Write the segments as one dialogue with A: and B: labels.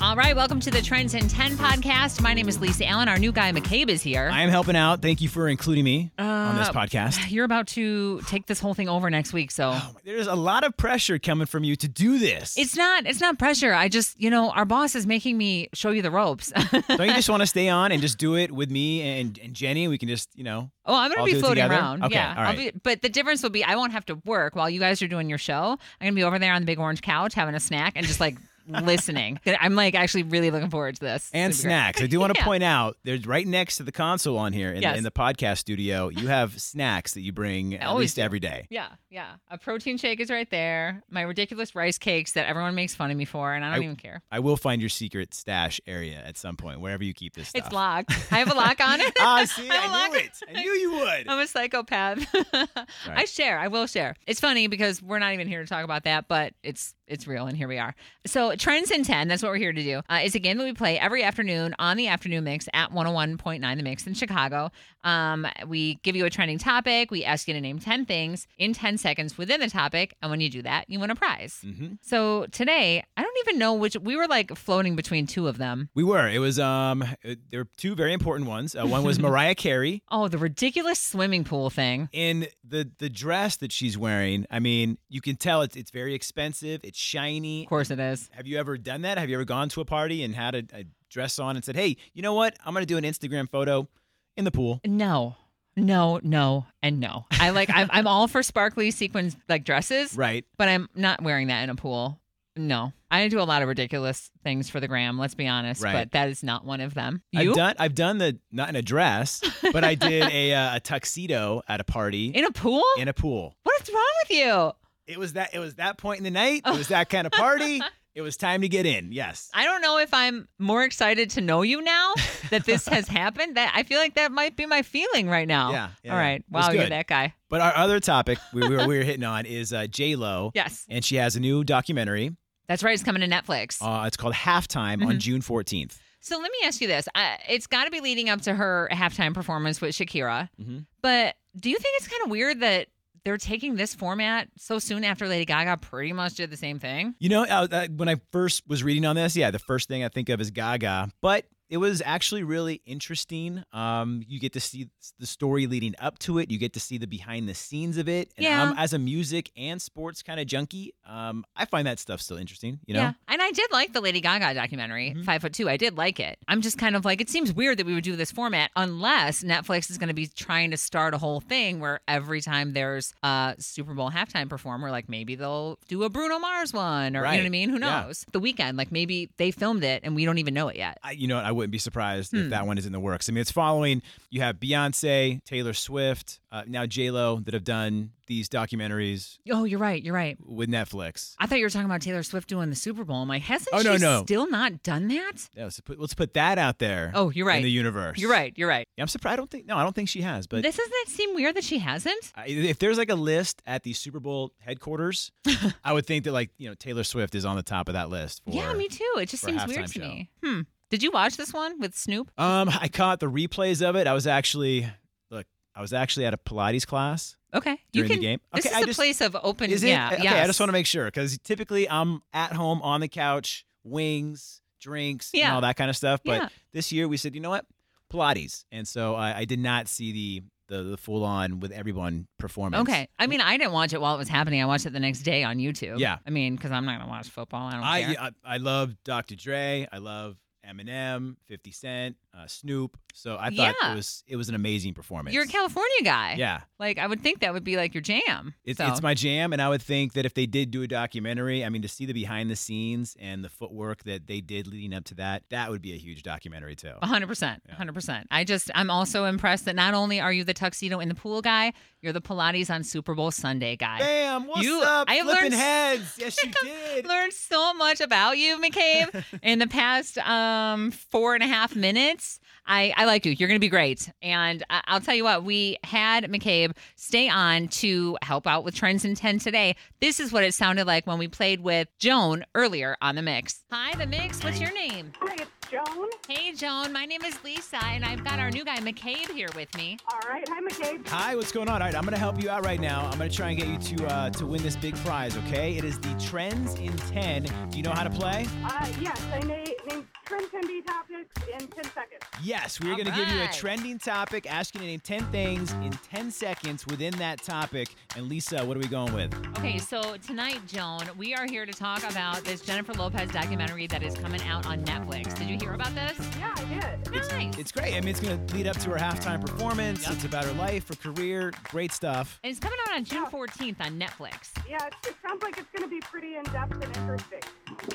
A: All right, welcome to the Trends in 10 podcast. My name is Lisa Allen. Our new guy, McCabe, is here.
B: I am helping out. Thank you for including me on
A: Uh,
B: this podcast. Oh
A: You're about to take this whole thing over next week, so.
B: There's a lot of pressure coming from you to do this.
A: It's not it's not pressure. I just, you know, our boss is making me show you the ropes. oh,
B: Don't you just want to stay on and just do it with me and, and Jenny? We can just, you know.
A: Oh, I'm going
B: All
A: to
B: do
A: be
B: it
A: floating
B: together?
A: around.
B: Okay,
A: yeah.
B: all
A: I'll be, but the difference will be I won't have to work while you guys are doing your show. I'm going to be over there on the big orange couch having a snack and just like listening. I'm like actually really looking forward to this. It's
B: And
A: gonna be great.
B: snacks. I do want to
A: Yeah.
B: point out, there's right next to the console on here in,
A: Yes.
B: the, in the podcast studio. You have snacks that you bring at
A: always
B: least every day.
A: Yeah, yeah. A protein shake is right there. My ridiculous rice cakes that everyone makes fun of me for, and I don't
B: I-
A: even care.
B: I will find your secret stash area at some point, wherever you keep this stuff.
A: It's locked. I have a lock on it.
B: Ah, see,
A: have a
B: I knew
A: lock. Oh.
B: it. I knew you would.
A: I'm a psychopath. I share. I will share. It's funny because we're not even here to talk about that, but it's it's real, and here we are. So trends in ten. That's what we're here to do. Uh, is a game that we play every afternoon on the afternoon mix at 101.9 The Mix in Chicago. Um, we give you a trending topic. We ask you to name ten things in ten seconds within the topic, and when you do that, you win a prize.
B: Mhm.
A: So today, I don't even know which we were like floating between two of them.
B: We were. It was, um, it- there were two very important ones. Uh, one was Mariah Carey.
A: Oh, the ridiculous swimming pool thing.
B: in the the dress that she's wearing i mean you can tell it's it's very expensive it's shiny
A: Of course it is.
B: have you ever done that have you ever gone to a party and had a, a dress on and said hey you know what i'm gonna do an instagram photo in the pool
A: No, no, no, and no. I like. I'm, I'm all for sparkly sequins like dresses,
B: right
A: but I'm not wearing that in a pool. No, I do a lot of ridiculous things for the gram. Let's be honest,
B: Right.
A: but that is not one of them. You
B: i've done i've done the not in a dress but i did a uh, a tuxedo at a party
A: in a pool?
B: in a pool
A: What's wrong with you?
B: it was that it was that point in the night it was that kind of party it was time to get in yes
A: Oh. I don't know if I'm more excited to know you now that this has happened. That I feel like that might be my feeling right now.
B: Yeah, yeah,
A: All
B: yeah.
A: right.
B: It was
A: Wow, you're
B: good.
A: that guy.
B: but our other topic we we were, we were hitting on is uh, j lo
A: Yes,
B: and she has a new documentary
A: that's right. It's coming to Netflix.
B: Uh, it's called Halftime
A: Mm-hmm.
B: on June 14th.
A: So let me ask you this: uh, It's got to be leading up to her halftime performance with Shakira,
B: Mhm.
A: but do you think it's kind of weird that they're taking this format so soon after Lady Gaga pretty much did the same thing?
B: You know, uh, uh, when I first was reading on this, yeah, the first thing I think of is Gaga, but it was actually really interesting. Um, you get to see the story leading up to it. You get to see the behind the scenes of it. And
A: Yeah.
B: um, as a music and sports kind of junkie, um, I find that stuff still interesting. You know,
A: Yeah, and I did like the Lady Gaga documentary,
B: Mhm.
A: Five Foot Two. I did like it. I'm just kind of like, it seems weird that we would do this format unless Netflix is going to be trying to start a whole thing where every time there's a Super Bowl halftime performer, like maybe they'll do a Bruno Mars one, or you know what I
B: Right.
A: mean? Who
B: Yeah.
A: knows? The weekend, like maybe they filmed it and we don't even know it yet.
B: I, you know, what, I wouldn't be surprised
A: Hmm.
B: if that one is in the works. I mean, it's following. You have Beyonce, Taylor Swift, uh, now J Lo that have done these documentaries
A: Oh, you're right. You're right.
B: with Netflix.
A: I thought you were talking about Taylor Swift doing the Super Bowl. I'm like, hasn't
B: Oh,
A: she
B: no, no.
A: still not done that?
B: Yeah, let's put, let's put that out there.
A: Oh, you're
B: in
A: right.
B: the universe.
A: You're right. You're right.
B: Yeah, I'm surprised. I don't think. No, I don't think she has. But
A: this doesn't that seem weird that she hasn't?
B: I, if there's like a list at the Super Bowl headquarters, I would think that like you know Taylor Swift is on the top of that list. For,
A: yeah, me too. It just
B: for a
A: seems weird
B: halftime
A: to
B: show.
A: me. Hmm. Did you watch this one with Snoop?
B: Um, I caught the replays of it. I was actually look. I was actually at a Pilates class
A: Okay.
B: during
A: you can.
B: the game.
A: This is
B: I
A: a
B: just
A: place of open.
B: is it?
A: yeah.
B: okay, I
A: yes.
B: just want to make sure because typically I'm at home on the couch, wings, drinks,
A: Yeah.
B: and all that kind of stuff. But
A: Yeah.
B: this year we said, you know what, Pilates, and so I, I did not see the the, the full on with everyone performance.
A: Okay. I mean, I didn't watch it while it was happening. I watched it the next day on YouTube.
B: Yeah.
A: I mean, because I'm not going to watch football. I don't
B: I,
A: care.
B: yeah, I I love Dr. Dre. I love Eminem, Fifty Cent, uh, Snoop. So I thought
A: Yeah.
B: it was it was an amazing performance.
A: You're a California guy.
B: yeah,
A: Like, I would think that would be like your jam.
B: it's
A: So-
B: it's my jam, and I would think that if they did do a documentary, I mean, to see the behind the scenes and the footwork that they did leading up to that, that would be a huge documentary too.
A: Oh, 100%.
B: Yeah.
A: 100%. I just, I'm also impressed that not only are you the tuxedo in the pool guy, you're the Pilates on Super Bowl Sunday guy.
B: Bam! What's
A: You-
B: up?
A: I have
B: Flipping
A: learned s-
B: heads. Yes, you did.
A: Learned so much about you, McCabe, in the past um, four and a half minutes. I, I like you. You're going to be great. And I, I'll tell you what, we had McCabe stay on to help out with Trends in 10 today. This is what it sounded like when we played with Joan earlier on The Mix. Hi, The Mix. What's your name?
C: Hi, it's Joan.
A: Hey, Joan. My name is Lisa, and I've got our new guy, McCabe, here with me.
C: All right, hi, McCabe.
B: Hi, what's going on? All right, I'm gonna help you out right now. I'm gonna try and get you to uh, to win this big prize. Okay, it is the Trends in Ten. Do you know how to play?
C: Uh, yes, I na- named trend can be topics in 10 seconds.
B: Yes, we're
A: All
B: going to give you a
A: right.
B: trending topic, ask you to name 10 things in 10 seconds within that topic. And Lisa, what are we going with?
A: Okay, so tonight, Joan, we are here to talk about this Jennifer Lopez documentary that is coming out on Netflix. Did you hear about this?
C: Yeah, I did.
A: Nice.
B: It's great. I mean, it's going to lead up to her halftime performance. It's about her life, her career. Great stuff.
A: And it's coming out on June 14th on Netflix.
C: Yeah, it, it sounds like it's going to be pretty in depth and interesting.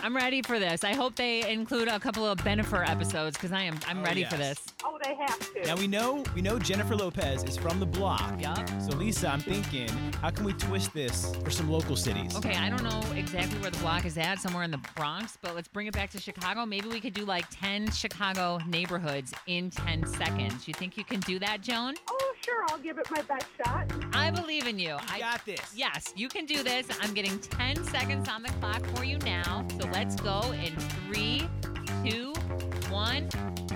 A: I'm ready for this. I hope they include a couple of Benifer episodes because I am I'm
B: Oh,
A: ready
B: yes.
A: for this.
C: Oh, they have to.
B: Now we know we know Jennifer Lopez is from the block.
A: Yup.
B: So Lisa, I'm thinking, how can we twist this for some local cities?
A: Okay, I don't know exactly where the block is at, somewhere in the Bronx, but let's bring it back to Chicago. Maybe we could do like 10 Chicago neighborhoods in 10 seconds. You think you can do that, Joan?
C: oh, sure, I'll give it my best shot.
A: I believe in you. I
B: You got this.
A: Yes, you can do this. I'm getting 10 seconds on the clock for you now. So let's go in three, two, one,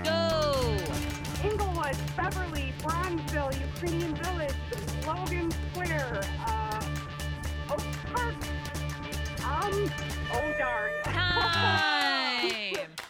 A: go.
C: Inglewood, Beverly, Bronzeville, Ukrainian Village, Logan Square, uh, Oak Park. Um, oh, darn.
A: Time.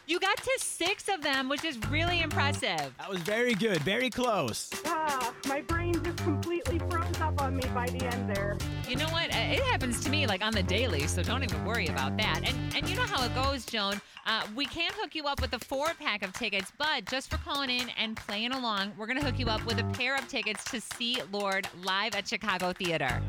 A: You got to six of them, which is really impressive.
B: That was very good. Very close.
C: Ah, my brain just completely froze up on me by the end there.
A: You know what? Uh, It happens to me like on the daily, so don't even worry about that. And and you know how it goes, Joan. Uh, we can hook you up with a four pack of tickets, but just for calling in and playing along, we're gonna hook you up with a pair of tickets to see Lord live at Chicago Theater.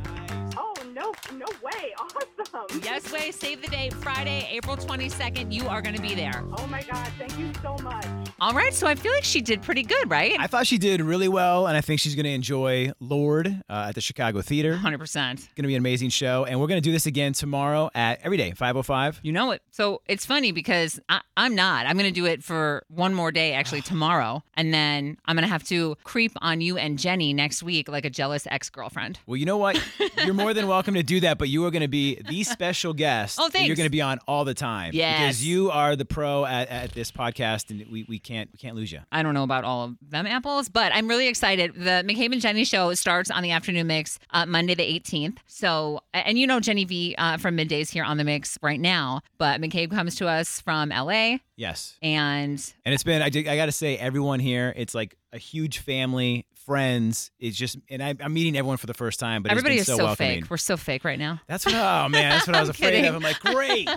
C: Oh, no, no way. Awesome.
A: Yes, way. Save the date, Friday, April 22nd. You are going to be there.
C: Oh, my God. Thank you so much.
A: All right. So I feel like she did pretty good, right?
B: I thought she did really well, and I think she's going to enjoy Lord uh, at the Chicago Theater.
A: 100%.
B: Going to be an amazing show, and we're going to do this again tomorrow at every day 5:05.
A: You know it. So it's funny because I, I'm not. I'm going to do it for one more day, actually, tomorrow. And then I'm going to have to creep on you and Jenny next week like a jealous ex girlfriend.
B: Well, you know what? You're more than welcome to do that, but you are going to be the special guest.
A: Oh,
B: And you're
A: thanks.
B: going to be on all the time.
A: Yes.
B: Because you are the pro at, at this podcast, and we, we can't we can't lose you.
A: I don't know about all of them apples, but I'm really excited. The McCabe and Jenny show starts on the afternoon mix uh, Monday the 18th. So, and you know Jenny V uh, from Middays here on the mix right now, but McCabe comes to us from LA
B: Yes.
A: and
B: And it's been, I, did- I got to say, everyone here, it's like a huge family, friends. It's just, and I, I'm meeting everyone for the first time, but
A: everybody
B: it's
A: is
B: been
A: so,
B: so welcoming.
A: fake. We're so fake right now.
B: That's what, oh man, that's what I was
A: I'm
B: afraid
A: kidding.
B: of. I'm like, great.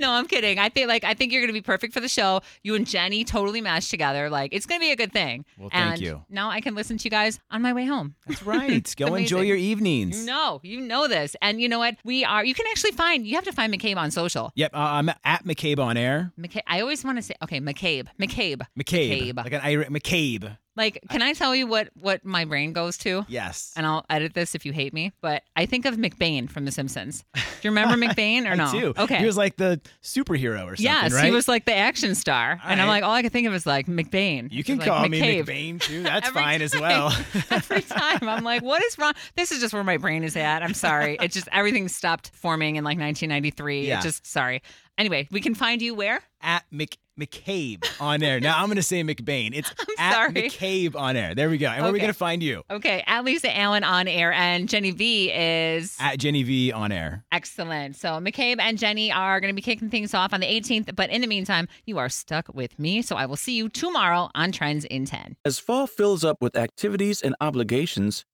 A: no, I'm kidding. I think like I think you're gonna be perfect for the show. You and Jenny totally mesh together. Like it's gonna be a good thing.
B: Well, thank
A: and
B: you.
A: Now I can listen to you guys on my way home.
B: That's right. Go enjoy
A: amazing.
B: your evenings.
A: You know, you know this, and you know what? We are. You can actually find. You have to find McCabe on social.
B: Yep, uh, I'm at McCabe on air.
A: McCabe. I always want to say, okay, McCabe, McCabe,
B: McCabe,
A: McCabe.
B: like an Irish McCabe.
A: Like, can I tell you what what my brain goes to?
B: Yes,
A: And I'll edit this if you hate me, but I think of McBain from The Simpsons. Do you remember McBain or
B: I
A: no?
B: do.
A: Okay.
B: he was like the superhero or something.
A: yes,
B: right?
A: he was like the action star, and I'm
B: right.
A: like, all I could think of is like McBain.
B: You can
A: Like,
B: call me
A: McCabe.
B: McBain too. That's
A: Every
B: fine as
A: time.
B: well.
A: Every time I'm like, what is wrong? This is just where my brain is at. I'm sorry. It just everything stopped forming in like 1993.
B: Yeah.
A: It just sorry. Anyway, we can find you where?
B: at Mc McCabe on air. Now I'm going to say McBain. It's at
A: sorry.
B: McCabe on air. There we go. And where are we
A: Okay.
B: going to find you?
A: Okay, at Lisa Allen on air, and Jenny V is
B: At Jenny V on air.
A: excellent. So McCabe and Jenny are going to be kicking things off on the 18th. But in the meantime, you are stuck with me. So I will see you tomorrow on Trends in 10.
D: As fall fills up with activities and obligations,